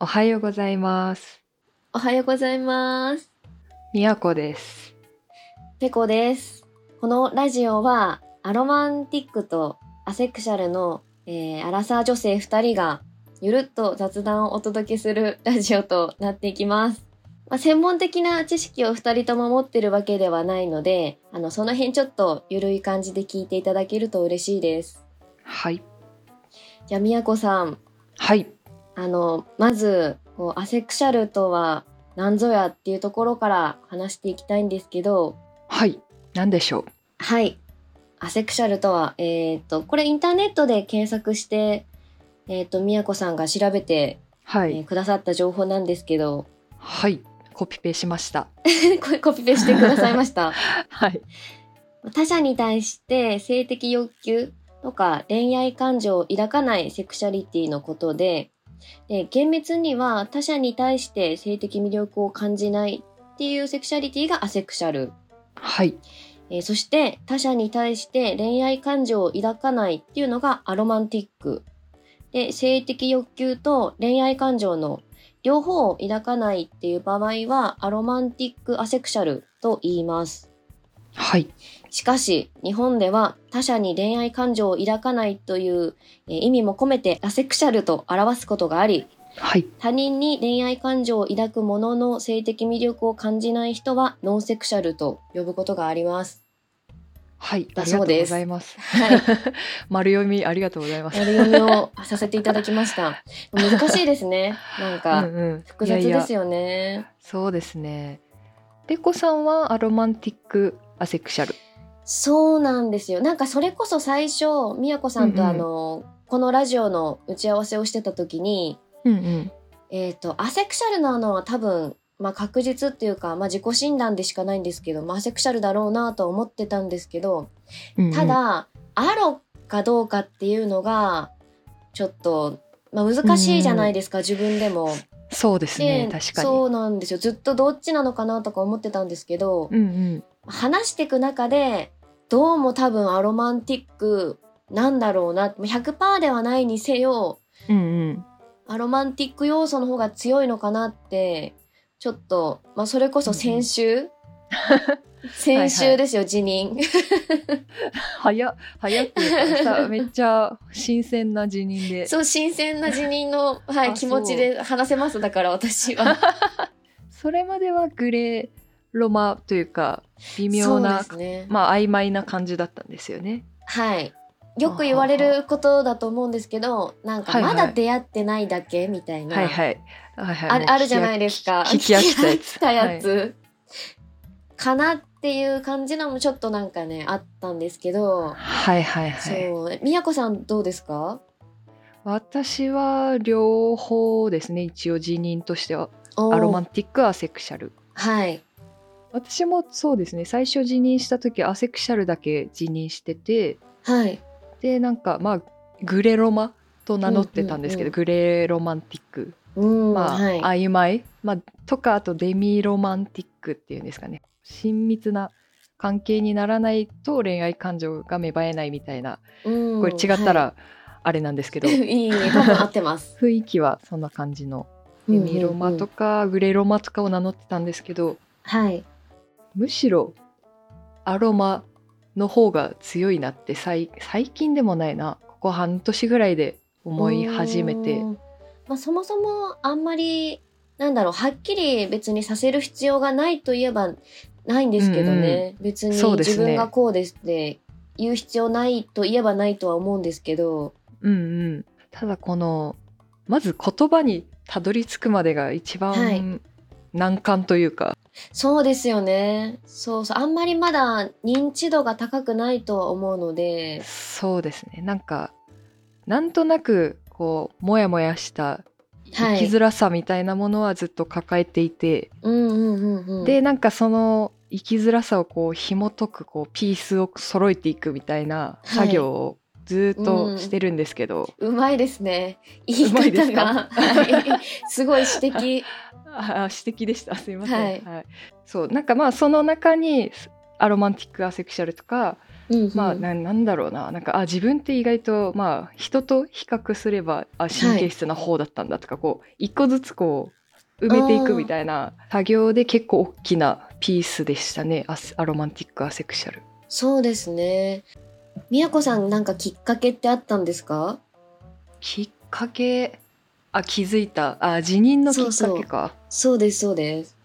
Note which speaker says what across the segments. Speaker 1: おはようございます。
Speaker 2: おはようございます。
Speaker 1: みやこです。
Speaker 2: ペコです。このラジオは、アロマンティックとアセクシャルの、えーアラサー女性2人が、ゆるっと雑談をお届けするラジオとなっていきます。まあ、専門的な知識を2人とも持ってるわけではないので、あの、その辺ちょっとゆるい感じで聞いていただけると嬉しいです。
Speaker 1: はい。
Speaker 2: じゃあ、みやこさん、
Speaker 1: はい。
Speaker 2: あの、まず、こうアセクシャルとは何ぞやっていうところから話していきたいんですけど、
Speaker 1: はい。なんでしょう。
Speaker 2: はい。アセクシャルとは、えっ、と、これインターネットで検索して、えっ、と、みやこさんが調べて、
Speaker 1: は
Speaker 2: え
Speaker 1: い。
Speaker 2: ーくださった情報なんですけど、
Speaker 1: はい。コピペしました。
Speaker 2: これコピペしてくださいま した。
Speaker 1: はい。
Speaker 2: 他者に対して性的欲求とか恋愛感情を抱かないセクシャリティのことで、えー厳密には他者に対して性的魅力を感じないっていうセクシャリティがアセクシャル。
Speaker 1: はい。
Speaker 2: えーそして他者に対して恋愛感情を抱かないっていうのがアロマンティック。で、性的欲求と恋愛感情の両方を抱かないっていう場合はアロマンティックアセクシャルと言います。
Speaker 1: はい。
Speaker 2: しかし、日本では他者に恋愛感情を抱かないというえー意味も込めてアセクシャルと表すことがあり、
Speaker 1: はい。
Speaker 2: 他人に恋愛感情を抱くものの性的魅力を感じない人はノンセクシャルと呼ぶことがあります。
Speaker 1: はい。あ
Speaker 2: だ
Speaker 1: りがと
Speaker 2: そう
Speaker 1: うご
Speaker 2: です
Speaker 1: ざいます。
Speaker 2: はい。
Speaker 1: 丸読みありがとうございます。
Speaker 2: 丸読みをさせていただきました。難しいです ね。なん
Speaker 1: うん
Speaker 2: か、
Speaker 1: うん。
Speaker 2: 複雑
Speaker 1: いや
Speaker 2: で
Speaker 1: い
Speaker 2: す
Speaker 1: や
Speaker 2: よね。
Speaker 1: そうですね。ペコさんはアロマンティックアセクシャル。
Speaker 2: そうなんですよ。なんかそれこそ最初、みやこさん
Speaker 1: うん
Speaker 2: と
Speaker 1: うん
Speaker 2: あの、このラジオの打ち合わせをしてた時に、
Speaker 1: うんうん。
Speaker 2: えっ、と、アセクシャルなのは多分、まあ確実っていうか、まあ自己診断でしかないんですけど、まあアセクシャルだろうなとは思ってたんですけど、
Speaker 1: うんうん
Speaker 2: ただ、アロかどうかっていうのが、ちょっと、まあ難しいじゃないですか、自分でも。
Speaker 1: そうですね。
Speaker 2: で
Speaker 1: 確かに。
Speaker 2: そうなんですよずっとどっちなのかなとか思ってたんですけど、
Speaker 1: うんうん。
Speaker 2: 話していく中でどうも多分アロマンティックなんだろうな100%ではないにせよ
Speaker 1: うんうん。
Speaker 2: アロマンティック要素の方が強いのかなってちょっと、まあ、それこそ先週、 先週ですよ辞任
Speaker 1: 早っ早っっていうか さめっちゃ新鮮な辞任でそ
Speaker 2: そう新鮮な辞任の、は
Speaker 1: あ
Speaker 2: い、気持
Speaker 1: そう
Speaker 2: ちで話せますだから私は
Speaker 1: れまではグレーロマというか 微妙な、
Speaker 2: そうですね
Speaker 1: まあ曖昧な感じだったんですよね
Speaker 2: はい。よく言われることだと思うんですけど、なん
Speaker 1: は
Speaker 2: か
Speaker 1: いは
Speaker 2: ま
Speaker 1: い
Speaker 2: だ出会ってないだけみたいな。
Speaker 1: はいはいはいはい
Speaker 2: あ
Speaker 1: もう
Speaker 2: あるじゃないですか。
Speaker 1: 聞き飽きたやつ
Speaker 2: 聞き飽きたやつかなっていう感じのもちょっとなんかね、あったんですけど。
Speaker 1: はいはいはい
Speaker 2: そう。みやこさんどうですか
Speaker 1: 私は両方ですね一応辞任としては
Speaker 2: おー
Speaker 1: アロマンティックアセクシャル
Speaker 2: はい。
Speaker 1: 私もそうですね最初辞任した時アセクシャルだけ辞任してて
Speaker 2: はい。
Speaker 1: でなんかまあグレロマと名乗ってたんですけど、
Speaker 2: うんうんう
Speaker 1: グ
Speaker 2: ん
Speaker 1: レロマンティック
Speaker 2: うん。
Speaker 1: まあ、
Speaker 2: はい。
Speaker 1: 曖昧、まあ、とかあとデミロマンティックっていうんですかね親密な関係にならないと恋愛感情が芽生えないみたいな
Speaker 2: うん
Speaker 1: これ違った
Speaker 2: は
Speaker 1: らあれなんですけど、
Speaker 2: い、いいね。多分合ってます。
Speaker 1: 雰囲気はそんな感じのデ ミロマと
Speaker 2: か。
Speaker 1: かグレロマとかを名乗ってたんですけど
Speaker 2: はい。
Speaker 1: むしろアロマの方が強いなって最最近でもないなここ半年ぐらいで思い始めて
Speaker 2: うん。まあ、そもそもあんまりなんだろうはっきり別にさせる必要がないといえばないんですけどね、別に
Speaker 1: そうですね
Speaker 2: 自分がこうですって言う必要ないといえばないとは思うんですけど
Speaker 1: うんうん、ただこのまず言葉にたどり着くまでが一
Speaker 2: はい
Speaker 1: 番難関というか、
Speaker 2: そうですよねそうそうあんまりまだ認知度が高くないとは思うので
Speaker 1: そうですねなんかなんとなくこうモヤモヤした
Speaker 2: は
Speaker 1: 生
Speaker 2: い
Speaker 1: きづらさみたいなものはずっと抱えていて、
Speaker 2: うんうんうんうん
Speaker 1: でなんかその生きづらさをこう紐解くこうピースを揃えていくみたいな作業をずっとしてるんですけど、
Speaker 2: うまいですね言いう
Speaker 1: まいです
Speaker 2: 方
Speaker 1: か
Speaker 2: がはいすごい指摘
Speaker 1: あー指摘でしたすいません、は
Speaker 2: はいい
Speaker 1: そうなんかまあその中にアロマンティックアセクシャルとか
Speaker 2: うんうん
Speaker 1: まあ、ななんだろうななんかあ自分って意外と、まあ、人と比較すればあ神経質な方だったんだとか、こう一個ずつこう埋めていくみたいな作業で結構大きなピースでしたねアスアロマンティック・アセクシャル。
Speaker 2: そうですね。みやこさんなんかきっかけってあったんですか？
Speaker 1: きっかけあ気づいたあ辞任のきっかけか
Speaker 2: そうそうですそうです。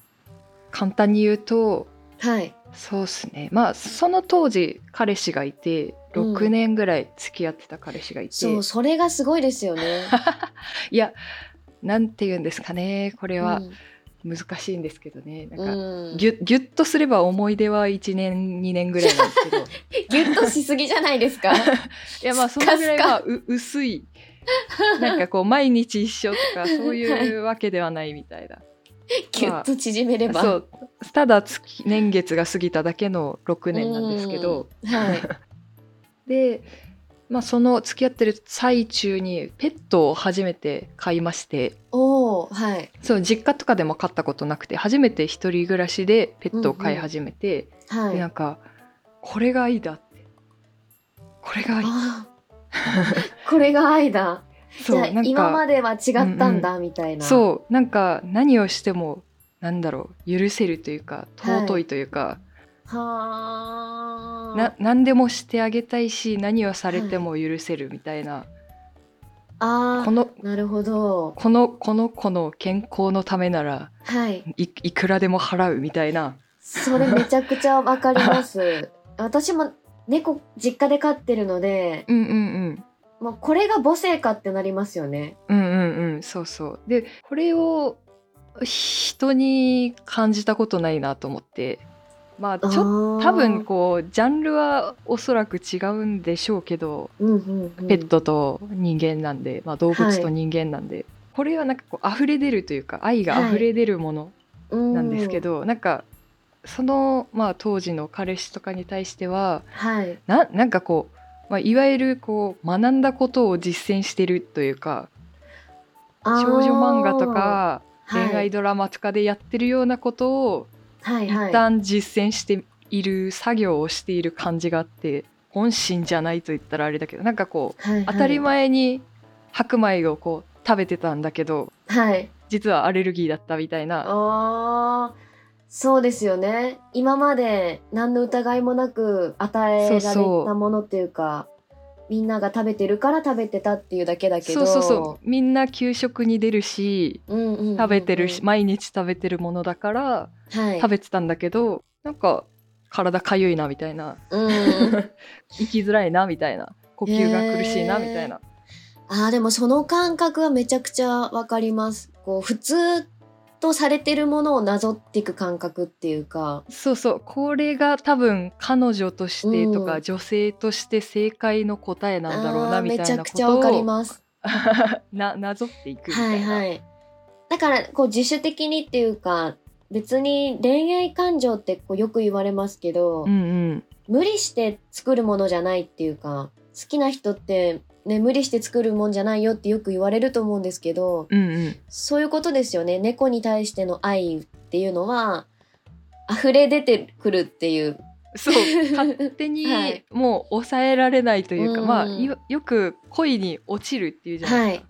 Speaker 1: 簡単に言うと
Speaker 2: はい。
Speaker 1: そうですねまあその当時彼氏がいて
Speaker 2: うん
Speaker 1: 6年ぐらい付き合ってた彼氏がいて、
Speaker 2: そうそれがすごいです よね。
Speaker 1: いやなんて言うんですかねこれは
Speaker 2: うん
Speaker 1: 難しいんですけどね、なんか、
Speaker 2: うん
Speaker 1: ぎゅギュッとすれば思い出は1年2年ぐらいなんですけどい
Speaker 2: ぎゅっとしすぎじゃないですか。
Speaker 1: や まあそのぐらいはう薄いなんかこう毎日一緒とかそういうわけではないみたいな、
Speaker 2: ぎゅっと縮めれば。
Speaker 1: そうただ月年月が過ぎただけの6年なんですけど、
Speaker 2: はい。
Speaker 1: で、まあ、その付き合ってる最中にペットを初めて飼いまして
Speaker 2: おおはい
Speaker 1: そう実家とかでも飼ったことなくて初めて一人暮らしでペットを飼い始めて、
Speaker 2: は
Speaker 1: で
Speaker 2: い。
Speaker 1: な
Speaker 2: あ
Speaker 1: んかこれが愛だってこれが愛
Speaker 2: あー。これが愛だ。じ
Speaker 1: そ
Speaker 2: ゃあ
Speaker 1: うなん
Speaker 2: 今ま
Speaker 1: か
Speaker 2: では違ったんだ、みたいな。う。
Speaker 1: そうなんか何をしてもなんだろう許せるというか尊いというか、
Speaker 2: はあ。
Speaker 1: な何でもしてあげたいし何をされても許せるみたいな、
Speaker 2: あ
Speaker 1: この
Speaker 2: あ。なるほど。
Speaker 1: このこの子の健康のためなら
Speaker 2: はい。
Speaker 1: いいくらでも払うみたいな
Speaker 2: それめちゃくちゃわかり ます。私も猫実家で飼ってるので、
Speaker 1: うんうん
Speaker 2: もうこれが母性かってなりますよね。
Speaker 1: うんうんうんうんそうそうでこれを人に感じたことないなと思ってまあちょっと
Speaker 2: ょ
Speaker 1: 多分、こうジャンルはおそらく違うんでしょうけど、
Speaker 2: うんうんうん
Speaker 1: ペッ。トと人間なんで、まあ、動物と人間なんで、これはなんかこう溢れ出るというか愛が溢れ出るものなんですけ
Speaker 2: う
Speaker 1: ど、なんかその、まあ、当時の彼氏とかに対しては
Speaker 2: ん。はい。
Speaker 1: ななんかこう、まあ、いわゆるこう学んだことを実践してるというか
Speaker 2: あー
Speaker 1: 少女漫画と、か
Speaker 2: はい
Speaker 1: 恋愛ドラマとかでやってるようなことを
Speaker 2: はいはい
Speaker 1: 一旦実践している作業をしている感じがあって本心じゃないと言ったらあれだけどなんかこう
Speaker 2: はいはい
Speaker 1: 当たり前に白米をこう食べてたんだけど
Speaker 2: はい。
Speaker 1: 実はアレルギーだったみたいな
Speaker 2: ああ。そうですよね。今まで何の疑いもなく与えられた
Speaker 1: そうそう
Speaker 2: ものっていうか、みんなが食べてるから食べてたっていうだけだけ
Speaker 1: そ
Speaker 2: ど。
Speaker 1: うそうそうみんな給食に出るし
Speaker 2: うんうんうんうん
Speaker 1: 食べてるし、毎日食べてるものだから
Speaker 2: はい、
Speaker 1: 食べてたんだけどなんか体かゆいなみたいな
Speaker 2: うん、
Speaker 1: 生きづらいなみたいな呼吸が苦しいなみたいな。
Speaker 2: あーでもその感覚はめちゃくちゃわかりますこう普通とされてるものをなぞっていく感覚っていうか
Speaker 1: そうそうこれが多分彼女としてとか、
Speaker 2: うん
Speaker 1: 女性として正解の答えなんだろう
Speaker 2: あ
Speaker 1: な
Speaker 2: ー
Speaker 1: みた
Speaker 2: めち
Speaker 1: い
Speaker 2: ゃ
Speaker 1: な
Speaker 2: く
Speaker 1: こ
Speaker 2: ちゃわか
Speaker 1: と
Speaker 2: り
Speaker 1: を
Speaker 2: ます
Speaker 1: ななぞっていくみ
Speaker 2: は
Speaker 1: たい
Speaker 2: い
Speaker 1: な、
Speaker 2: はいだからこう自主的にっていうか別に恋愛感情ってこうよく言われますけど、
Speaker 1: うんうん、
Speaker 2: 無理して作るものじゃないっていうか好きな人ってね無理して作るもんじゃないよってよく言われると思うんですけど、
Speaker 1: うんうん
Speaker 2: そういうことですよね。猫に対しての愛っていうのは、溢れ出てくるっていう。
Speaker 1: そう勝手に
Speaker 2: はい
Speaker 1: もう抑えられないというか、
Speaker 2: うん
Speaker 1: まあよよく恋に落ちるっていうじゃないですか、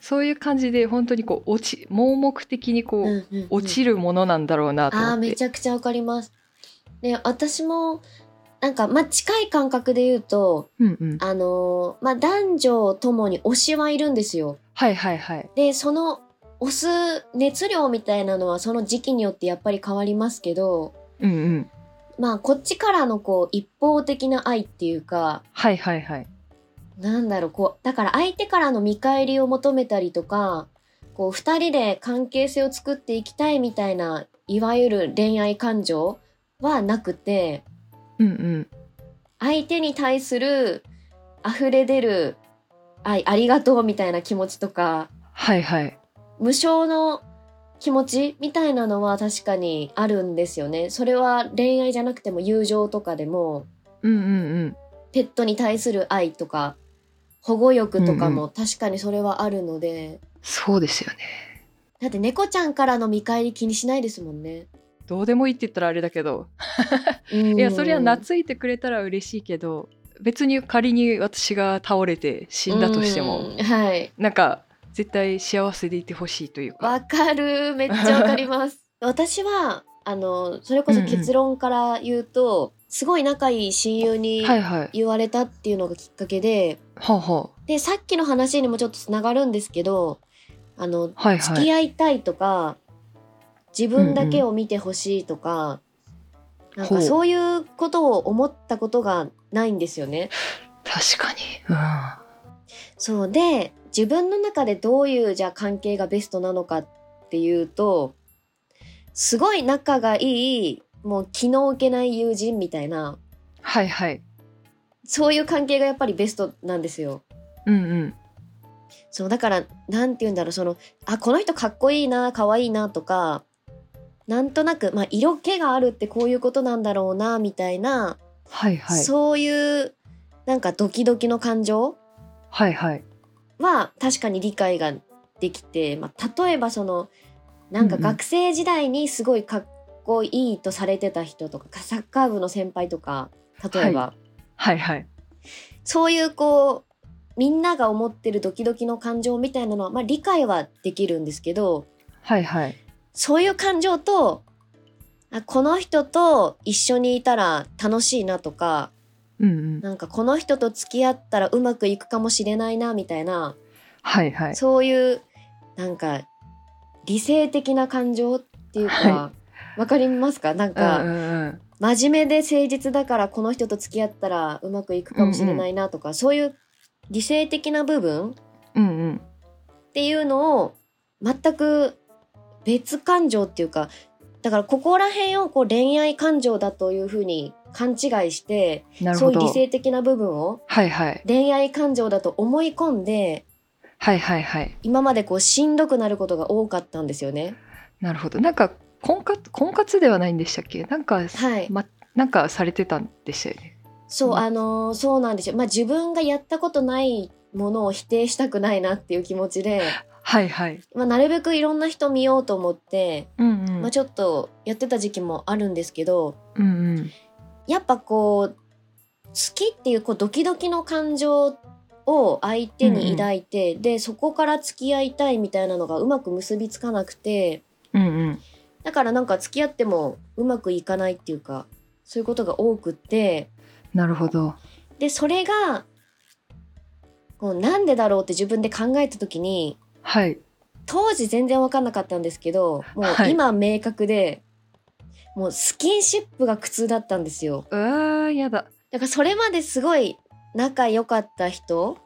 Speaker 1: そういう感じで本当にこう落ち盲目的にこう、
Speaker 2: うんうんうん
Speaker 1: 落ちるものなんだろうなと思って
Speaker 2: ああ、めちゃくちゃわかります。で、私も、なんか、まあ、近い感覚で言うと、
Speaker 1: うんうん、
Speaker 2: あのーまあ、男女ともに推しはいるんですよ。
Speaker 1: はいはいはい
Speaker 2: で、その、推す熱量みたいなのはその時期によってやっぱり変わりますけど、
Speaker 1: うんうん
Speaker 2: まあ、こっちからのこう、一方的な愛っていうか、
Speaker 1: はいはいはい
Speaker 2: なんだろう、こう、だから相手からの見返りを求めたりとか、こう、二人で関係性を作っていきたいみたいな、いわゆる恋愛感情はなくて、
Speaker 1: うんうん
Speaker 2: 相手に対する溢れ出る愛、ありがとうみたいな気持ちとか、
Speaker 1: はいはい
Speaker 2: 無償の気持ちみたいなのは確かにあるんですよね。それは恋愛じゃなくても友情とかでも、
Speaker 1: うんうんうん
Speaker 2: ペットに対する愛とか、保護欲とか
Speaker 1: う
Speaker 2: も確かにそれはあるので、
Speaker 1: そうですよね
Speaker 2: だって猫ちゃんからの見返り気にしないですもんね。
Speaker 1: どうでもいいって言ったらあれだけど
Speaker 2: い
Speaker 1: いやそりゃ懐いてくれたら嬉しいけど別に仮に私が倒れて死んだとしても、
Speaker 2: はい
Speaker 1: なんか絶対幸せでいてほしいというか
Speaker 2: わかるめっちゃわか ります私はあのそれこそ結論から言うと、すごい仲いい親友に
Speaker 1: はいはい
Speaker 2: 言われたっていうのがきっかけで、
Speaker 1: はあ、は
Speaker 2: でさっきの話にもちょっとつながるんですけどあの
Speaker 1: あ、はいはい
Speaker 2: 付き合いたいとか、自分だけを見てほしいとか、
Speaker 1: ん
Speaker 2: なん
Speaker 1: ほう
Speaker 2: かそういうことを思ったことがないんですよね。
Speaker 1: 確かに、うん、は
Speaker 2: そうで自分の中でどういうじゃあ関係がベストなのかっていうとすごい仲がいいもう気の置けない友人みたいない
Speaker 1: はい
Speaker 2: そういう関係がやっぱりベストなんですよ。
Speaker 1: うんうん
Speaker 2: そうだからなんて言うんだろうそのあこの人かっこいいな可愛いなとかなんとなく、まあ、色気があるってこういうことなんだろうなみたいな、
Speaker 1: はいはい
Speaker 2: そういうなんかドキドキの感情
Speaker 1: はいはい
Speaker 2: は確かに理解ができて、まあ、例えばそのなんか
Speaker 1: うんうん
Speaker 2: 学生時代にすごいかっこいいとされてた人とかサッカー部の先輩とか例えば、
Speaker 1: はいはい
Speaker 2: そういうこうみんなが思ってるドキドキの感情みたいなのは、まあ、理解はできるんですけど
Speaker 1: はいはい
Speaker 2: そういう感情とあこの人と一緒にいたら楽しいなとか
Speaker 1: うんうん
Speaker 2: なんかこの人と付き合ったらうまくいくかもしれないなみたいな
Speaker 1: はいはい
Speaker 2: そういうなんか理性的な感情っていうか、
Speaker 1: は
Speaker 2: わかりますかな
Speaker 1: うん
Speaker 2: ん
Speaker 1: う
Speaker 2: か
Speaker 1: んうん
Speaker 2: 真面目で誠実だからこの人と付き合ったらうまくいくかもしれないなとか、そういう理性的な部分っ
Speaker 1: うんうん
Speaker 2: ていうのを全く別感情っていうかだからここら辺をこう恋愛感情だというふうに勘違いして
Speaker 1: なる
Speaker 2: そ
Speaker 1: ほ
Speaker 2: ういう
Speaker 1: ど
Speaker 2: 理性的な部分を
Speaker 1: はいはい
Speaker 2: 恋愛感情だと思い込んで
Speaker 1: はいはいはい
Speaker 2: 今までこうしんどくなることが多かったんですよね。
Speaker 1: なるほどなんか婚活婚活ではないんでしたっけなんか、
Speaker 2: はい、
Speaker 1: ま、なんかされてたんでしたよね
Speaker 2: そう、
Speaker 1: うん
Speaker 2: あのーそうなんですよ。まあ、自分がやったことないものを否定したくないなっていう気持 ちで、
Speaker 1: はいはい
Speaker 2: まあ、なるべくいろんな人見ようと思って、
Speaker 1: うんうん
Speaker 2: まあ、ちょっとやってた時期もあるんですけど、
Speaker 1: うんうん
Speaker 2: やっぱこう、好きっていうこうドキドキの感情を相手に抱いて、で、そこから付き合いたいみたいなのがうまく結びつかなくて、
Speaker 1: うんうん
Speaker 2: だからなんか付き合ってもうまくいかないっていうか、そういうことが多くって、
Speaker 1: なるほど
Speaker 2: でそれがこうなんでだろうって自分で考えた時に
Speaker 1: はい
Speaker 2: 当時全然分かんなかったんですけども
Speaker 1: は
Speaker 2: う
Speaker 1: い
Speaker 2: 今明確で、もうスキンシップが苦痛だったんですよ
Speaker 1: うわーやだ
Speaker 2: だからそれまですごい仲良かった人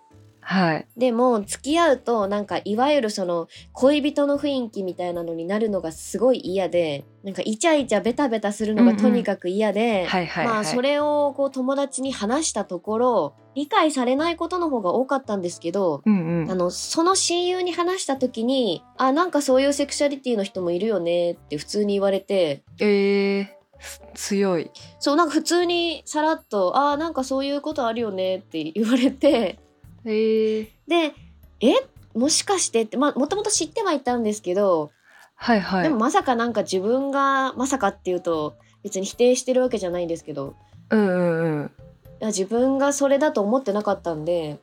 Speaker 1: はい
Speaker 2: でも付き合うとなんかいわゆるその恋人の雰囲気みたいなのになるのがすごい嫌でなんかイチャイチャベタベタするのがとにかく嫌で、
Speaker 1: はいはいはい、
Speaker 2: まあそれをこう友達に話したところ理解されないことの方が多かったんですけど、
Speaker 1: うんう
Speaker 2: あ
Speaker 1: ん
Speaker 2: のその親友に話した時に「あなんかそういうセクシャリティの人もいるよね」って普通に言われて
Speaker 1: えー、す強い
Speaker 2: そうなんか普通にさらっと「あなんかそういうことあるよね」って言われて
Speaker 1: えー、
Speaker 2: で「えもしかして」ってまあもともと知ってはいたんですけど、
Speaker 1: はいはい
Speaker 2: でもまさかなんか自分がまさかっていうと別に否定してるわけじゃないんですけど
Speaker 1: うんうんうん
Speaker 2: いや自分がそれだと思ってなかったんで。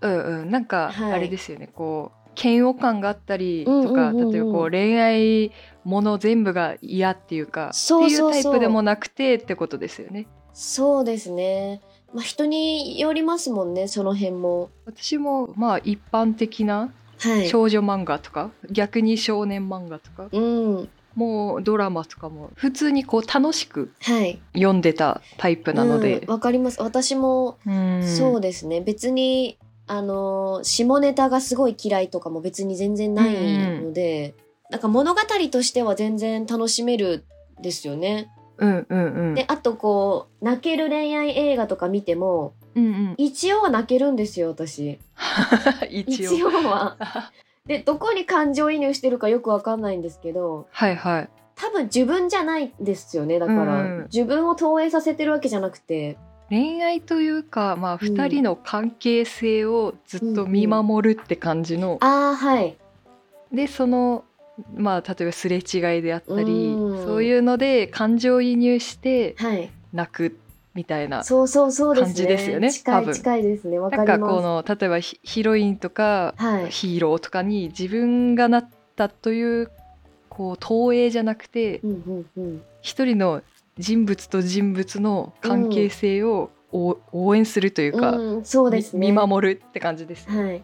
Speaker 1: うんうん、なんか
Speaker 2: はい
Speaker 1: あれですよね、こう嫌悪感があったりとか、
Speaker 2: うんうんうんうん
Speaker 1: 例えばこう恋愛もの全部が嫌っていうか
Speaker 2: そうそ
Speaker 1: っ
Speaker 2: うそう
Speaker 1: ていうタイプでもなくてってことですよね。
Speaker 2: そうですね。まあ人によりますもんね、その辺も。
Speaker 1: 私もまあ一般的な
Speaker 2: はい。
Speaker 1: 少女漫画とか、逆に少年漫画とか
Speaker 2: うん。
Speaker 1: もうドラマとかも普通にこう楽しく
Speaker 2: はい。
Speaker 1: 読んでたタイプなの
Speaker 2: う
Speaker 1: で
Speaker 2: ん、わ、かります。私も
Speaker 1: うん
Speaker 2: そうですね。別に、あのー下ネタがすごい嫌いとかも別に全然ないので、なんか物語としては全然楽しめるですよね。
Speaker 1: うんうんうん
Speaker 2: で、あとこう、泣ける恋愛映画とか見ても、
Speaker 1: うんうん、
Speaker 2: 一応は泣けるんですよ、私。
Speaker 1: 一応
Speaker 2: 一応は。で、どこに感情移入してるかよくわかんないんですけど、
Speaker 1: はいはい
Speaker 2: 多分自分じゃないですよねだから、
Speaker 1: うんうん
Speaker 2: 自分を投影させてるわけじゃなくて
Speaker 1: 恋愛というか、まあ、
Speaker 2: うん
Speaker 1: 2人の関係性をずっと見守るって感じの、
Speaker 2: ああはい
Speaker 1: でそのまあ、例えばすれ違いであったり
Speaker 2: うん
Speaker 1: そういうので感情移入して
Speaker 2: はい。
Speaker 1: 泣くみたいな
Speaker 2: そうそうそうですね。
Speaker 1: 感じですよね
Speaker 2: 近
Speaker 1: 多
Speaker 2: い
Speaker 1: 分
Speaker 2: 近いですね。わ
Speaker 1: な
Speaker 2: か
Speaker 1: ん
Speaker 2: りま
Speaker 1: かこ
Speaker 2: す。
Speaker 1: の例えばヒヒロインとか
Speaker 2: はい。
Speaker 1: ヒーローとかに自分がなったというこう投影じゃなくて
Speaker 2: うんうんうん。
Speaker 1: 一人の人物と人物の関係性をお応援するというか、
Speaker 2: うん、そうですね。
Speaker 1: み見守るって感じです。
Speaker 2: はい。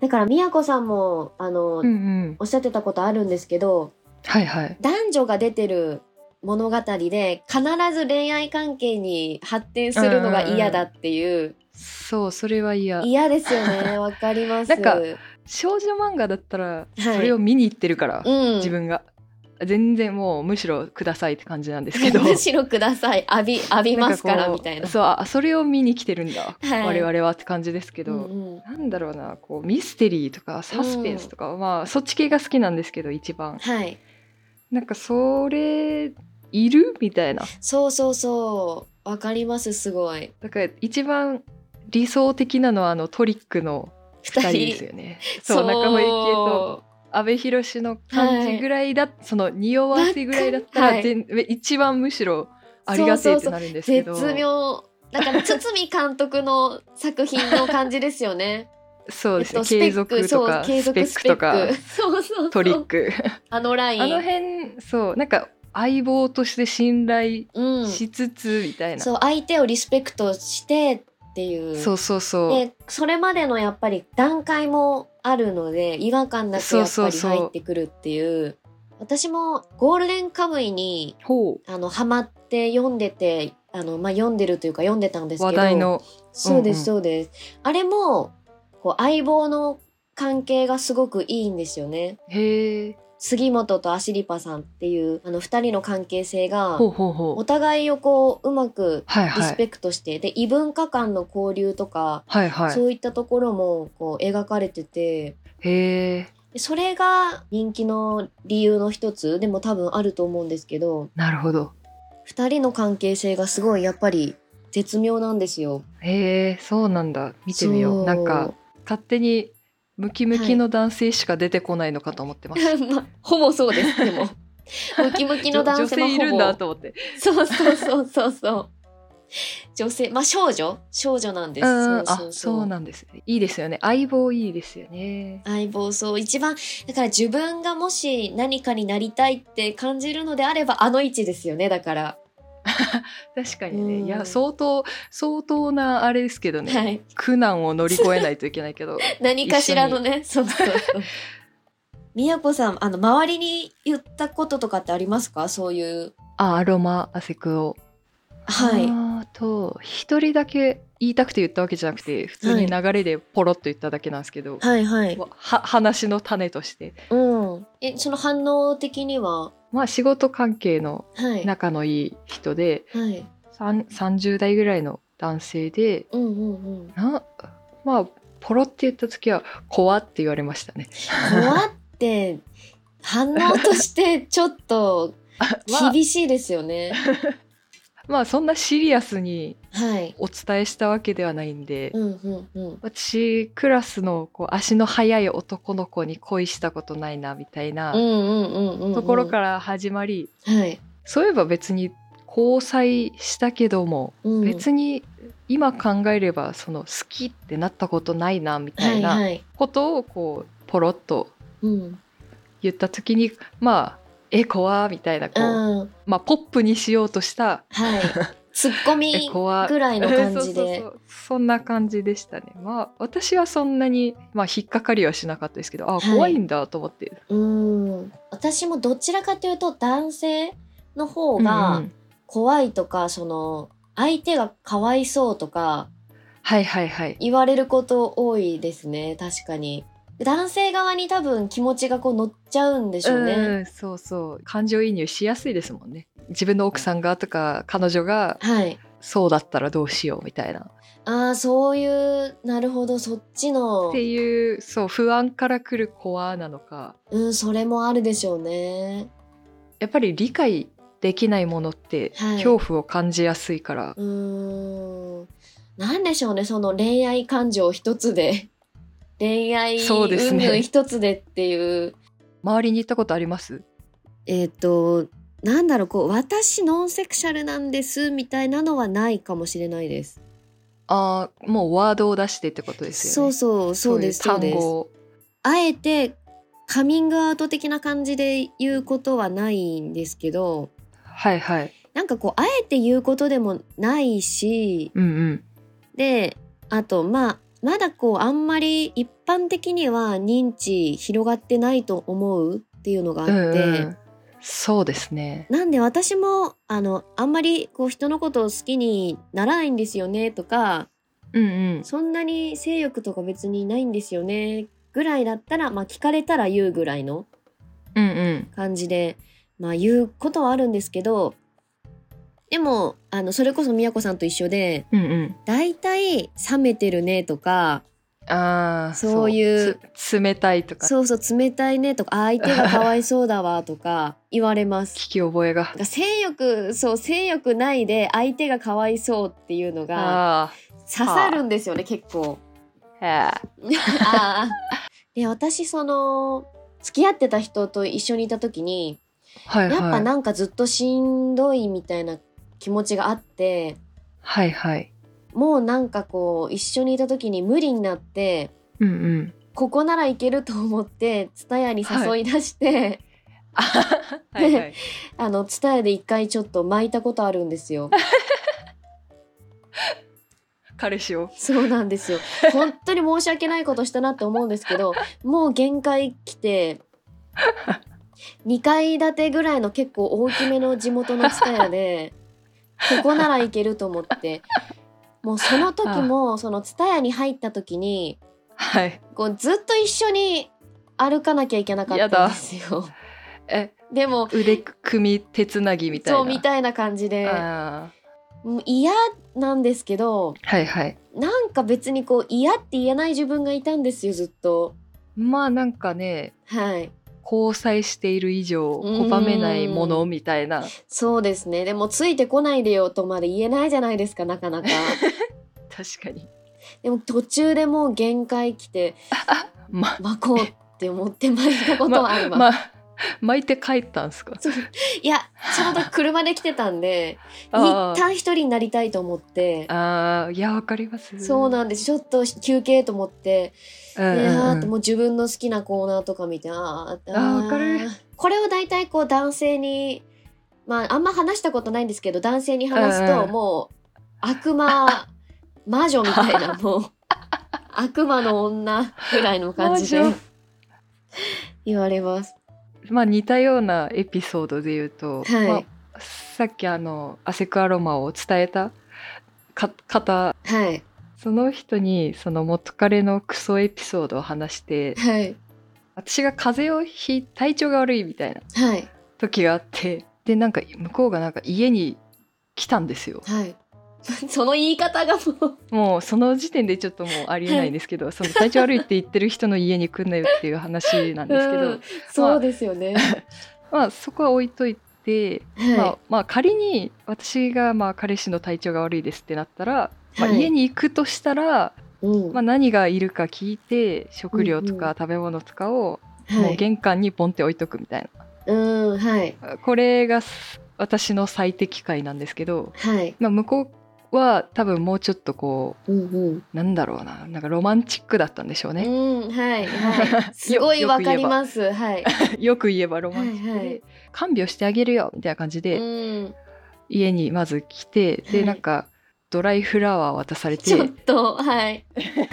Speaker 2: だから、みやこさんも、あの、
Speaker 1: うんうん、
Speaker 2: おっしゃってたことあるんですけど、
Speaker 1: はいはい。
Speaker 2: 男女が出てる物語で、必ず恋愛関係に発展するのが嫌だっていう、
Speaker 1: そうそれは嫌
Speaker 2: 嫌ですよね。わかります。
Speaker 1: なんか少女漫画だったら
Speaker 2: い
Speaker 1: それを見に行ってるから、
Speaker 2: うん。
Speaker 1: 自分が全然もうむしろくださいって感じなんです けど
Speaker 2: むしろください。浴び、浴びますから、
Speaker 1: ん
Speaker 2: み
Speaker 1: こう
Speaker 2: たいな。
Speaker 1: そうあそれを見に来てるんだ、
Speaker 2: はい
Speaker 1: 我々はって感じですけど、
Speaker 2: うんうん
Speaker 1: なんだろうなこうミステリーとかサスペンスとか、まあそっち系が好きなんですけど一番
Speaker 2: はい。
Speaker 1: なんかそれいるみたいな
Speaker 2: そうそうそう。わかります、すごい。
Speaker 1: だから一番理想的なのはあのトリックの2
Speaker 2: 二
Speaker 1: 人ですよ ね。そう仲間由紀恵と阿部寛の感じぐらいだ、その匂わせぐらいだったら、
Speaker 2: はい
Speaker 1: 全一番むしろありがてえってなるんですけど
Speaker 2: 絶妙だから堤監督の作品の感じですよね。
Speaker 1: そうですね、
Speaker 2: えっと
Speaker 1: 継続と
Speaker 2: そ
Speaker 1: か
Speaker 2: う継
Speaker 1: スペ
Speaker 2: 続
Speaker 1: ッ
Speaker 2: ス
Speaker 1: ク
Speaker 2: ペッ
Speaker 1: と
Speaker 2: ク
Speaker 1: か
Speaker 2: そうそうそう
Speaker 1: トリック
Speaker 2: あのライン
Speaker 1: あの辺そうなんか相棒として信頼
Speaker 2: うん、
Speaker 1: しつつみたいな、
Speaker 2: そう相手をリスペクトしてっていう
Speaker 1: そうそうそう
Speaker 2: でそれまでのやっぱり段階もあるので違和感なくやっ
Speaker 1: そ
Speaker 2: ぱ
Speaker 1: う
Speaker 2: り
Speaker 1: そうそう
Speaker 2: 入ってくるっていう私もゴールデンカムイに
Speaker 1: ほ
Speaker 2: あのハマって読んでてあの、まあ、読んでるというか読んでたんです
Speaker 1: う
Speaker 2: けど
Speaker 1: 話題の
Speaker 2: そうで
Speaker 1: うんうん
Speaker 2: す、そうです。あれも、こう、相棒の関係がすごくいいんですよね。
Speaker 1: へえ
Speaker 2: 杉本とアシリパさんっていう、あの、二人の関係性が、
Speaker 1: ほうほうほ
Speaker 2: お
Speaker 1: う
Speaker 2: 互いをこう、うまく
Speaker 1: はい
Speaker 2: リ
Speaker 1: は
Speaker 2: ス
Speaker 1: い
Speaker 2: ペクトして、で、異文化間の交流とか、
Speaker 1: はいはい
Speaker 2: そういったところも、こう、描かれてて、
Speaker 1: へえ
Speaker 2: でそれが人気の理由の一つでも多分あると思うんですけど、
Speaker 1: なるほど
Speaker 2: 二人の関係性がすごいやっぱり絶妙なんですよ。
Speaker 1: へえそうなんだ見てみよ
Speaker 2: そう
Speaker 1: なんか勝手にムキムキの男性しか出てこないのかと思ってま した、
Speaker 2: まあ、ほぼそうです、でも。ムキムキの
Speaker 1: 女
Speaker 2: 男
Speaker 1: 女
Speaker 2: 性も
Speaker 1: 性
Speaker 2: ほぼ。
Speaker 1: いるんだと思って
Speaker 2: そうそうそうそうそう。女性、まあ少女少女なんです。
Speaker 1: うん
Speaker 2: そうそ
Speaker 1: あ
Speaker 2: うそう
Speaker 1: そうなんですねいいですよね相棒いいですよね
Speaker 2: 相棒そう。一番、だから自分がもし何かになりたいって感じるのであれば、あの位置ですよね、だから。
Speaker 1: 確かにね、
Speaker 2: うん
Speaker 1: いや相当相当なあれですけどね、
Speaker 2: はい
Speaker 1: 苦難を乗り越えないといけないけど
Speaker 2: 何かしらのね、そうそうそう。 みやこさん、あの、周りに言ったこととかってありますかそういう。
Speaker 1: あアロマアセクオ
Speaker 2: はい。
Speaker 1: あと一人だけ言いたくて言ったわけじゃなくて普通に流れでポロッと言っただけなんですけど、
Speaker 2: はいはい。
Speaker 1: は話の種として
Speaker 2: うん。え、その反応的には、
Speaker 1: まあ仕事関係の
Speaker 2: はい。
Speaker 1: 仲のいい人で、
Speaker 2: はい。
Speaker 1: さん30代ぐらいの男性で
Speaker 2: うんうんうん。
Speaker 1: なまあポロって言った時は「怖」って言われましたね。
Speaker 2: 怖って反応としてちょっ と
Speaker 1: まあ、
Speaker 2: 厳しいですよね。
Speaker 1: まあそんなシリアスに
Speaker 2: はい。
Speaker 1: お伝えしたわけではないんで、
Speaker 2: うんうんうん。
Speaker 1: 私クラスのこう足の速い男の子に恋したことないなみたいな
Speaker 2: うんうんうんうん。。
Speaker 1: ところからら始まり、
Speaker 2: はい。
Speaker 1: そういえば別に交際したけども、
Speaker 2: うん、
Speaker 1: 別に今考えればその好きってなったことないなみた
Speaker 2: はいい
Speaker 1: な
Speaker 2: はい。
Speaker 1: ことをこうポロッと
Speaker 2: うん。
Speaker 1: 言った時にまあえ怖みたいなこ
Speaker 2: う
Speaker 1: う、
Speaker 2: ん。
Speaker 1: まあ、ポップにしようとした
Speaker 2: はい。ツッコ
Speaker 1: え
Speaker 2: ミ
Speaker 1: 怖
Speaker 2: ぐらいの 感
Speaker 1: そ
Speaker 2: じ
Speaker 1: うそう
Speaker 2: で
Speaker 1: そ。うそんな感じでしたねまあ私はそんなに、まあ、引っかかりはしなかったですけどあ
Speaker 2: はい
Speaker 1: 怖いんだと思って、
Speaker 2: うん。私もどちらかというと男性の方
Speaker 1: うん
Speaker 2: が
Speaker 1: うん
Speaker 2: 怖いとか、その相手がかわいそうとか、
Speaker 1: はいはいはい
Speaker 2: 言われること多いですね確かに男性側に多分気持ちがこう乗っちゃうんでしょう
Speaker 1: う
Speaker 2: ね、
Speaker 1: んそうそう感情移入しやすいですもんね自分の奥さんがとか彼女が
Speaker 2: はい
Speaker 1: そうだったらどうしようみたいな
Speaker 2: ああそういうなるほどそっち
Speaker 1: っ
Speaker 2: の
Speaker 1: ていうそう不安からくる怖なのか
Speaker 2: うんそれもあるでしょうね
Speaker 1: やっぱり理解できないものって
Speaker 2: はい
Speaker 1: 恐怖を感じやすいから、
Speaker 2: うーんなんでしょうねその恋愛感情一つで恋愛
Speaker 1: そうです
Speaker 2: 云
Speaker 1: ね
Speaker 2: 々一つでっていう
Speaker 1: 周りに行ったことあります
Speaker 2: えっ、となんだろうこう私ノンセクシャルなんですみたいなのはないかもしれないです。
Speaker 1: ああもうワードを出してってことですよ
Speaker 2: そ
Speaker 1: ね
Speaker 2: うそうそうです
Speaker 1: そ
Speaker 2: そうう
Speaker 1: いう単
Speaker 2: です。
Speaker 1: 語を
Speaker 2: あえてカミングアウト的な感じで言うことはないんですけど
Speaker 1: はいはい
Speaker 2: なんかこうあえて言うことでもないし
Speaker 1: うんうん
Speaker 2: であとまあまだこうあんまり一般的には認知広がってないと思うっていうのがあって、
Speaker 1: うんうんそうですね
Speaker 2: なんで私もあのあんまりこう人のことを好きにならないんですよねとか
Speaker 1: うんうん
Speaker 2: そんなに性欲とか別にないんですよねぐらいだったら、まあ、聞かれたら言うぐらいの
Speaker 1: うんうん
Speaker 2: 感じで、まあ、言うことはあるんですけどでもあのそれこそ宮子さんと一緒で
Speaker 1: うん
Speaker 2: 大体冷めてるねとか
Speaker 1: うんああ
Speaker 2: そういう
Speaker 1: 冷たいとか
Speaker 2: そうそう冷たいねとか相手がかわいそうだわとか言われます。
Speaker 1: 聞き覚えが
Speaker 2: だから性欲そう性欲ないで相手がかわいそうっていうのが
Speaker 1: あ
Speaker 2: 刺さるんですよね結構。
Speaker 1: あへえ
Speaker 2: ああで私その付き合ってた人と一緒にいた時に
Speaker 1: はい
Speaker 2: やっぱ
Speaker 1: はい
Speaker 2: なんかずっとしんどいみたいな気持ちがあって
Speaker 1: はいはい
Speaker 2: もうなんかこう一緒にいた時に無理になって
Speaker 1: うんうん
Speaker 2: ここならいけると思って蔦屋に誘い出して、
Speaker 1: あ はいはい
Speaker 2: あの蔦屋で一回ちょっと巻いたことあるんですよ
Speaker 1: 彼氏を
Speaker 2: そうなんですよ本当に申し訳ないことしたなって思うんですけ どもう限界来て2階建てぐらいの結構大きめの地元の蔦屋でここならいけると思ってもうその時もその蔦屋に入った時に
Speaker 1: はい
Speaker 2: こうずっと一緒に歩かなきゃいけなかったんですよ。
Speaker 1: え
Speaker 2: でも
Speaker 1: 腕組み手つなぎみたいな
Speaker 2: そうみたいな感じで
Speaker 1: あ
Speaker 2: もう嫌なんですけど
Speaker 1: ーはいはい
Speaker 2: なんか別にこう嫌って言えない自分がいたんですよずっと。
Speaker 1: まあなんかね
Speaker 2: はい、
Speaker 1: 交際している以上
Speaker 2: うん
Speaker 1: 拒めないものみたいな
Speaker 2: そうですねでもついてこないでよとまで言えないじゃないですかなかなか
Speaker 1: 確かに
Speaker 2: でも途中でもう限界来て
Speaker 1: ま
Speaker 2: 巻こうって思って巻いたことはあります、
Speaker 1: ま巻いて帰ったんすか
Speaker 2: いやちょうど車で来てたんで
Speaker 1: あー
Speaker 2: 一旦一人になりたいと思って
Speaker 1: あーいやわかります
Speaker 2: そうなんですちょっと休憩と思って
Speaker 1: うん
Speaker 2: であーっ
Speaker 1: う
Speaker 2: て
Speaker 1: ん
Speaker 2: もう自分の好きなコーナーとか見てあーあー
Speaker 1: あーわかる
Speaker 2: これを大体こう男性にまああんま話したことないんですけど男性に話すと
Speaker 1: うん
Speaker 2: もう悪魔魔女みたいなもう悪魔の女ぐらいの感じで
Speaker 1: 魔女
Speaker 2: 言われます。
Speaker 1: まあ似たようなエピソードで言うと、
Speaker 2: はい
Speaker 1: まあ、さっきあのアセクアロマを伝えたか方
Speaker 2: はい
Speaker 1: その人にその元彼のクソエピソードを話して
Speaker 2: はい
Speaker 1: 私が風邪をひい体調が悪いみたいな
Speaker 2: はい
Speaker 1: 時があってでなんか向こうがなんか家に来たんですよ
Speaker 2: はい その言い方がもう
Speaker 1: もうその時点でちょっともうありえないんですけど、その体調悪いって言ってる人の家に来んなよっていう話なんですけど、
Speaker 2: うんそうですよね。
Speaker 1: まあそこは置いといて
Speaker 2: はい
Speaker 1: まあ、まあ仮に私がまあ彼氏の体調が悪いですってなったら、まあ、
Speaker 2: はい
Speaker 1: 家に行くとしたら、
Speaker 2: うん
Speaker 1: まあ、何がいるか聞いて食料と
Speaker 2: うんう
Speaker 1: か食べ物とかを
Speaker 2: は
Speaker 1: もう
Speaker 2: い
Speaker 1: 玄関にポンって置いとくみたい
Speaker 2: うんはい
Speaker 1: な、これがす私の最適解なんですけど、
Speaker 2: はい
Speaker 1: まあ、向こうは多分もうちょっとこ
Speaker 2: うんうん
Speaker 1: うなんだろうななんかロマンチックだったんでしょうね、
Speaker 2: うん、はい、はい。すごい
Speaker 1: よよ
Speaker 2: わ
Speaker 1: く言
Speaker 2: か
Speaker 1: えば
Speaker 2: ります。はい。
Speaker 1: よく言えばロマンチックで、
Speaker 2: はいはい
Speaker 1: 看病してあげるよみたいな感じ
Speaker 2: う
Speaker 1: で、
Speaker 2: ん、
Speaker 1: 家にまず来て
Speaker 2: は
Speaker 1: で
Speaker 2: い
Speaker 1: なんかドライフラワー渡されて
Speaker 2: ちょっと、はい。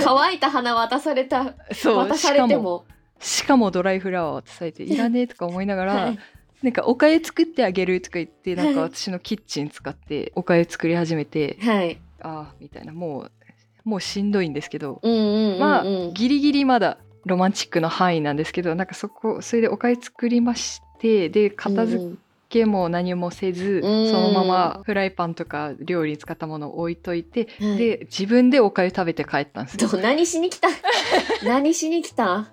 Speaker 2: 乾いた花渡された、
Speaker 1: そう
Speaker 2: 渡されても。
Speaker 1: しかもドライフラワーを伝えて「いらねえ」とか思いながら、
Speaker 2: はい、
Speaker 1: なんか「おかゆ作ってあげる」とか言ってなんか
Speaker 2: はい
Speaker 1: 私のキッチン使っておかゆ作り始めて
Speaker 2: はい。
Speaker 1: 「ああ」みたいなもうもうしんどいんですけど、
Speaker 2: うんうんうん、うん。
Speaker 1: まあギリギリまだロマンチックの範囲なんですけどなんかそこそれでおかゆ作りましてで片付
Speaker 2: うん
Speaker 1: けも何もせず、
Speaker 2: うん
Speaker 1: そのままフライパンとか料理に使ったものを置いといて、
Speaker 2: うんはい
Speaker 1: で自分でおかゆ食べて帰ったんですよ。
Speaker 2: ど何しに 来た何しに来た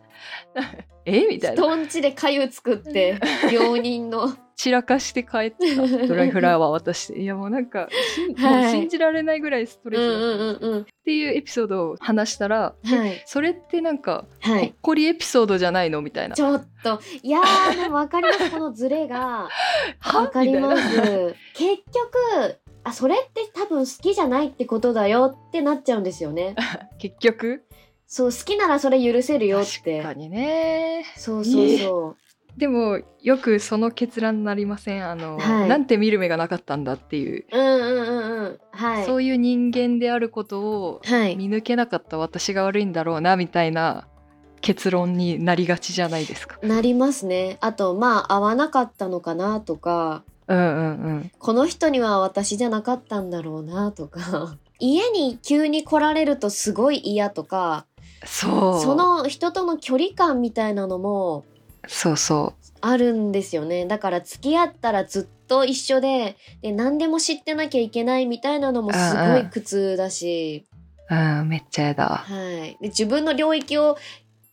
Speaker 1: えみたいな。
Speaker 2: 人んちで粥作って、病人の。
Speaker 1: 散らかして帰 ったドライフラワー渡していやもうなんかしん、
Speaker 2: はい
Speaker 1: もう信じられないぐらいストレ
Speaker 2: う
Speaker 1: ス
Speaker 2: ん
Speaker 1: だった、
Speaker 2: うんうん
Speaker 1: っていうエピソードを話したら
Speaker 2: うん。はい。
Speaker 1: それってなんか
Speaker 2: は
Speaker 1: ほっ
Speaker 2: い。
Speaker 1: こりエピソードじゃないのみたいな
Speaker 2: ちょっと、いやー、でもわかります。このズレが。
Speaker 1: は
Speaker 2: わかりま
Speaker 1: みたいな
Speaker 2: す。結局、あ、それって多分好きじゃないってことだよってなっちゃうんですよね。
Speaker 1: 結局
Speaker 2: そう、好きならそれ許せるよっ
Speaker 1: 確か
Speaker 2: て。
Speaker 1: にね
Speaker 2: そうそうそう。
Speaker 1: でもよくその決断になりませんあの、
Speaker 2: はい
Speaker 1: なんて見る目がなかったんだっていう、
Speaker 2: うんうんうんうん。はい。
Speaker 1: そういう人間であることを
Speaker 2: はい。
Speaker 1: 見抜けなかった私が悪いんだろうなみたいな結論になりがちじゃないですか。
Speaker 2: なりますね。あと、まあ、合わなかったのかなとか、
Speaker 1: うんうんうん。
Speaker 2: この人には私じゃなかったんだろうなとか、家に急に来られるとすごい嫌とか、
Speaker 1: そう。
Speaker 2: その人との距離感みたいなのも
Speaker 1: そうそ
Speaker 2: あるんですよね。だから付き合ったらずっと一緒で、で、何でも知ってなきゃいけないみたいなのもすごい苦痛だし、
Speaker 1: う。うん、めっちゃやだ。
Speaker 2: はい。で、自分の領域を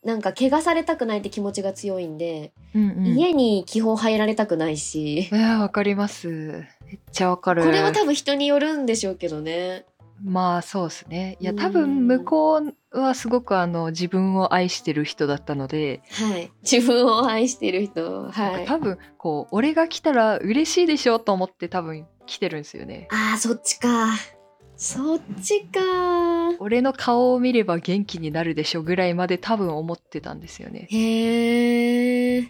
Speaker 2: なんか怪我されたくないって気持ちが強いんで、
Speaker 1: うんうん。い
Speaker 2: 家に基本入られたくないし、
Speaker 1: や、わかります。めっちゃわかる。
Speaker 2: これは多分人によるんでしょうけどね。
Speaker 1: まあそうですね。いや、
Speaker 2: うん
Speaker 1: 多分向こうはすごくあの自分を愛してる人だったので、
Speaker 2: はい。自分を愛している人。
Speaker 1: な
Speaker 2: は
Speaker 1: ん
Speaker 2: い
Speaker 1: か。多分こう俺が来たら嬉しいでしょと思って多分来てるんですよね。
Speaker 2: ああ、そっちか。そっちか。
Speaker 1: 俺の顔を見れば元気になるでしょぐらいまで多分思ってたんですよね。
Speaker 2: へえ。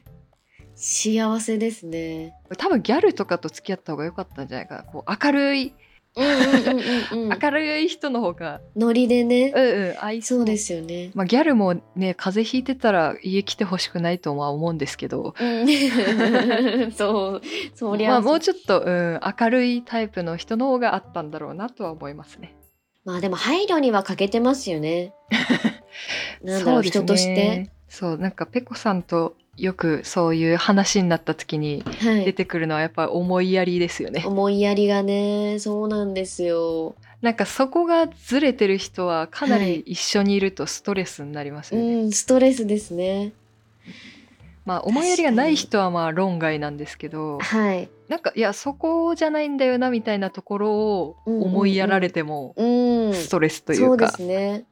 Speaker 2: 幸せですね。
Speaker 1: 多分ギャルとかと付き合った方が良かったんじゃないかなこう明るい、
Speaker 2: うんうんうんうんうん。
Speaker 1: 明るい人の方が
Speaker 2: ノリでね
Speaker 1: う。んうん合い
Speaker 2: そうですよね。
Speaker 1: まあ、ギャルもね風邪ひいてたら家来てほしくないとは思うんですけど、
Speaker 2: うん。そう。そりゃ、
Speaker 1: まあ、もうちょっと、うん、明るいタイプの人の方があったんだろうなとは思いますね。
Speaker 2: まあでも配慮には欠けてます よね。なん
Speaker 1: そ
Speaker 2: だろ、
Speaker 1: ううです
Speaker 2: 人
Speaker 1: ね
Speaker 2: として。
Speaker 1: そうなんかペコさんとよくそういう話になった時に
Speaker 2: は
Speaker 1: 出
Speaker 2: い。
Speaker 1: てくるのはやっぱり思いやりですよね。
Speaker 2: 思いやりがね、そうなんですよ。
Speaker 1: なんかそこがずれてる人はかな
Speaker 2: はい
Speaker 1: り一緒にいるとストレスになります
Speaker 2: う
Speaker 1: よね。
Speaker 2: ん、ストレスですね。
Speaker 1: まあ思いやりがない人はまあ論外なんですけど
Speaker 2: はい。
Speaker 1: なんかいやそこじゃないんだよなみたいなところを
Speaker 2: うんうんうん
Speaker 1: 思いやられても
Speaker 2: うん。
Speaker 1: ストレスとい
Speaker 2: そううで
Speaker 1: か、
Speaker 2: すね。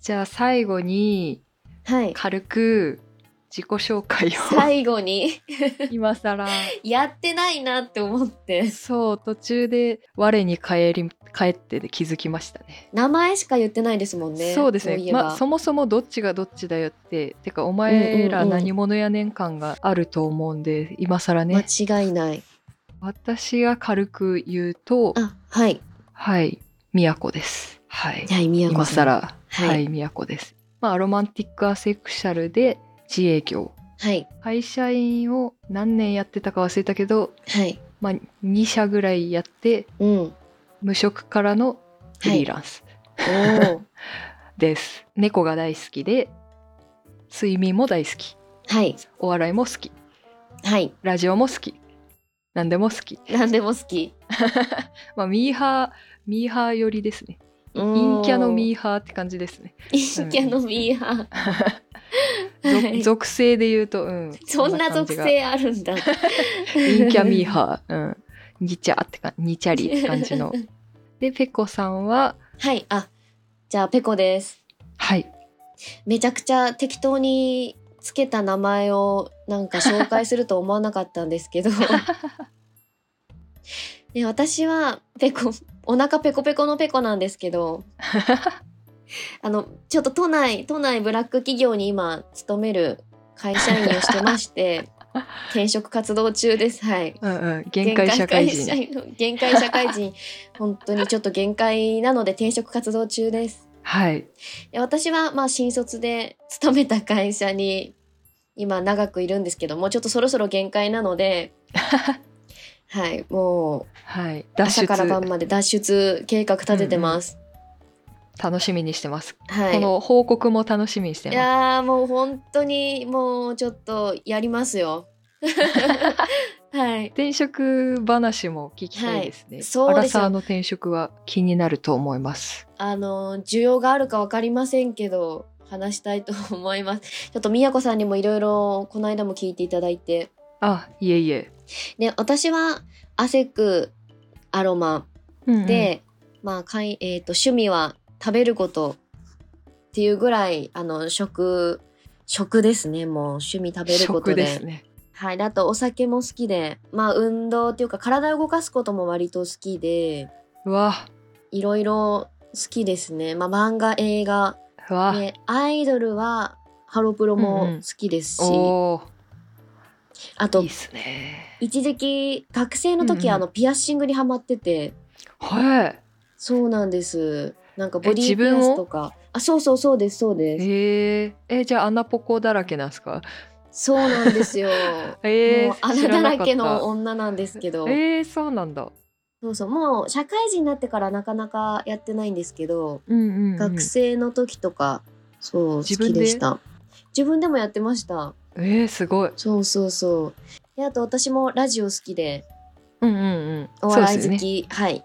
Speaker 1: じゃあ最後に
Speaker 2: はい。
Speaker 1: 軽く自己紹介を
Speaker 2: 最後に
Speaker 1: 今更
Speaker 2: やってないなって思って
Speaker 1: そう途中で我に帰り帰ってで気づきましたね。
Speaker 2: 名前しか言ってないですもんね。
Speaker 1: そうです
Speaker 2: い
Speaker 1: ね
Speaker 2: えば
Speaker 1: まあそもそもどっちがどっちだよっててかお前ら何者や年間があると思うんで今更ね
Speaker 2: 間違いない。
Speaker 1: 私が軽く言うと
Speaker 2: あはい。
Speaker 1: はい、宮子です。はい、
Speaker 2: はい宮古
Speaker 1: 今
Speaker 2: さん。
Speaker 1: 更、
Speaker 2: はい
Speaker 1: はい、宮子です。まあ、ロマンティックアセクシャルで自営業。
Speaker 2: はい
Speaker 1: 会社員を何年やってたか忘れたけど、
Speaker 2: はい。
Speaker 1: まあ、2社ぐらいやって、
Speaker 2: うん。お
Speaker 1: 無職からのフリーランス
Speaker 2: ー
Speaker 1: です。猫が大好きで、睡眠も大好き。
Speaker 2: はい
Speaker 1: お笑いも好き。
Speaker 2: はい。
Speaker 1: ラジオも好き。何でも好き。
Speaker 2: 何でも好き。
Speaker 1: まあ、ミーハー、ミーハー寄りですね。陰
Speaker 2: 陰
Speaker 1: キャの
Speaker 2: ー。
Speaker 1: ミーハーって感じですね。
Speaker 2: 陰キャのミーハ
Speaker 1: 属
Speaker 2: ー。はい
Speaker 1: 属性で言うと、うん。
Speaker 2: そんな
Speaker 1: 感
Speaker 2: 属
Speaker 1: じが
Speaker 2: 性あるんだ。
Speaker 1: 陰キャミー
Speaker 2: ハ
Speaker 1: ハ ー、うん。ニチャってか、ニチャリって感じの。で、ペコさんは、
Speaker 2: ー。はいあじゃあペコです。
Speaker 1: はい。
Speaker 2: めちゃくちゃ適当につけた名前をなんか紹介すると思わなかったんです けどで私はペコお腹ペコペコのペコなんです けどあのちょっと都内都内ブラック企業に今勤める会社員をしてまして 転職活動中ですはい
Speaker 1: うんうん。限界社会人。
Speaker 2: 限界社限界社会人本当にちょっと限界なので転職活動中です
Speaker 1: はい。
Speaker 2: で私はまあ新卒で勤めた会社に今長くいるんですけどもちょっとそろそろ限界な のではいもう
Speaker 1: はい。脱
Speaker 2: 朝から
Speaker 1: 出
Speaker 2: 晩、まで脱出計画立ててます、
Speaker 1: 楽しみにしてます。
Speaker 2: はい
Speaker 1: この報告も楽しみにして
Speaker 2: い
Speaker 1: ま
Speaker 2: やーもう本当にもうちょっとやりま すよはい
Speaker 1: す。転職話も聞きたいですね。
Speaker 2: はいそうですよ
Speaker 1: アラサーの転職は気になると思います。
Speaker 2: あの需要があるか分かりませんけど話したいと思いますちょっと宮子さんにもいろいろこの間も聞いていただいて
Speaker 1: あいえいえ
Speaker 2: で私はアセクアロマで、まあかいえー、と趣味は食べることっていうぐらいあの食食ですねもう趣味食べること
Speaker 1: 食
Speaker 2: で
Speaker 1: ですね
Speaker 2: はいであとお酒も好きでまあ運動っていうか体を動かすことも割と好きで
Speaker 1: うわ
Speaker 2: いろいろ好きですねまあ漫画映画
Speaker 1: うわ、
Speaker 2: でアイドルはハロプロ
Speaker 1: うんう
Speaker 2: も
Speaker 1: ん
Speaker 2: 好きですし、
Speaker 1: おー
Speaker 2: あ
Speaker 1: い
Speaker 2: と
Speaker 1: いっすね
Speaker 2: 一時期学生の時、
Speaker 1: うんうん
Speaker 2: あのピアッシングにハマってて
Speaker 1: はい
Speaker 2: そうなんですなんか
Speaker 1: え
Speaker 2: ボディーピアスとかあそうそうそうですそうです
Speaker 1: えー、えじゃあ穴ポコだらけなんですか
Speaker 2: そうなんですよ
Speaker 1: えー、
Speaker 2: もう穴だらけ
Speaker 1: 知な
Speaker 2: の
Speaker 1: かっ
Speaker 2: 女なんですけど、
Speaker 1: たえー、そうなんだ
Speaker 2: そうそうもう社会人になってからなかなかやってないんですけど、
Speaker 1: うんうん、うん、
Speaker 2: 学生の時とかそう好
Speaker 1: 自
Speaker 2: き
Speaker 1: 分で
Speaker 2: でした自分でもやってました
Speaker 1: えー、すごい
Speaker 2: そうそうそうであと私もラジオ好きで
Speaker 1: うんうんう
Speaker 2: お
Speaker 1: んそうで
Speaker 2: 笑い
Speaker 1: す
Speaker 2: 好
Speaker 1: ね
Speaker 2: き、はい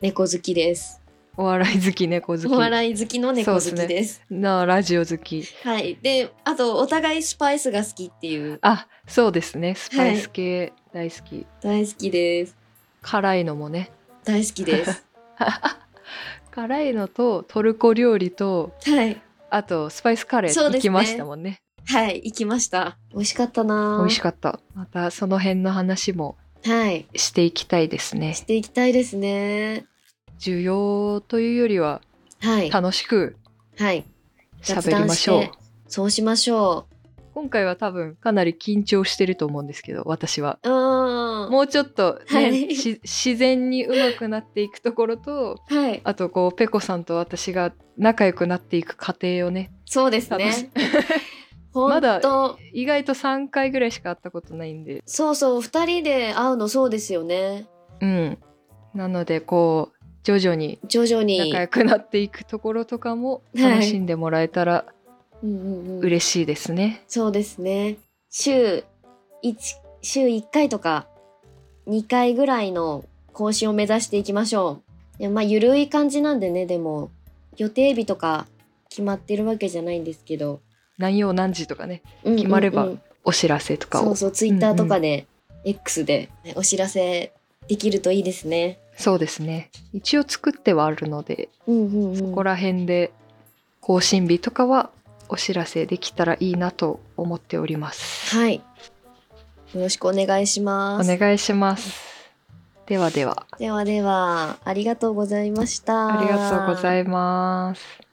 Speaker 2: 猫好きです
Speaker 1: お笑い好き猫好き
Speaker 2: お笑い好きの猫好き
Speaker 1: そう
Speaker 2: で
Speaker 1: ですなあラジオ好き
Speaker 2: はいであとお互いスパイスが好きっていう
Speaker 1: あそうですねスパイス系大好き、
Speaker 2: 大好きです
Speaker 1: 辛いのもね
Speaker 2: 大好きです
Speaker 1: 辛いのとトルコ料理と
Speaker 2: はい
Speaker 1: あとスパイスカレ
Speaker 2: そう
Speaker 1: ー
Speaker 2: で
Speaker 1: 行
Speaker 2: すね
Speaker 1: きましたもんね
Speaker 2: はい行きました美味しかったな
Speaker 1: 美味しかったまたその辺の話も
Speaker 2: はい
Speaker 1: していきたいですね
Speaker 2: していきたいですね
Speaker 1: 需要というよりは
Speaker 2: はい
Speaker 1: 楽しく
Speaker 2: はい
Speaker 1: 喋りましょう
Speaker 2: 雑談てそうしましょ
Speaker 1: 今回は多分かなり緊張してると思うんですけど私は
Speaker 2: ううーん
Speaker 1: もうちょっと、ね
Speaker 2: はい
Speaker 1: し自然に上手くなっていくところと
Speaker 2: はい
Speaker 1: あとこうペコさんと私が仲良くなっていく過程をね
Speaker 2: そうです
Speaker 1: 楽し
Speaker 2: ね 本
Speaker 1: まだ
Speaker 2: 当、
Speaker 1: 意外と3回ぐらいしか会ったことないんで
Speaker 2: そうそう二人で会うのそうですよね
Speaker 1: うんなのでこう徐々に
Speaker 2: 徐々に
Speaker 1: 仲良くなっていくところとかも
Speaker 2: はい
Speaker 1: 楽しんでもらえたら
Speaker 2: うんうんうん
Speaker 1: 嬉しいですね、
Speaker 2: そうですね。週1、週1回とか2回ぐらいの更新を目指していきましょう。いやまあ、ゆるい感じなんでね、でも、予定日とか決まってるわけじゃないんですけど。
Speaker 1: 何曜何時とかね
Speaker 2: うんうんうん
Speaker 1: 決まればお知らせとかを
Speaker 2: そうそう、ツイッ
Speaker 1: う
Speaker 2: ター
Speaker 1: んう
Speaker 2: と
Speaker 1: ん
Speaker 2: かで、X でねお知らせできるといいですね。
Speaker 1: そうですね一応作ってはあるので
Speaker 2: うんうんうん。
Speaker 1: ここら辺で更新日とかはお知らせできたらいいなと思っております。
Speaker 2: はい。よろしくお願いし
Speaker 1: お
Speaker 2: ます。
Speaker 1: 願いします。ではでは、
Speaker 2: ではでは、ありがとうございました。
Speaker 1: ありがとうございます。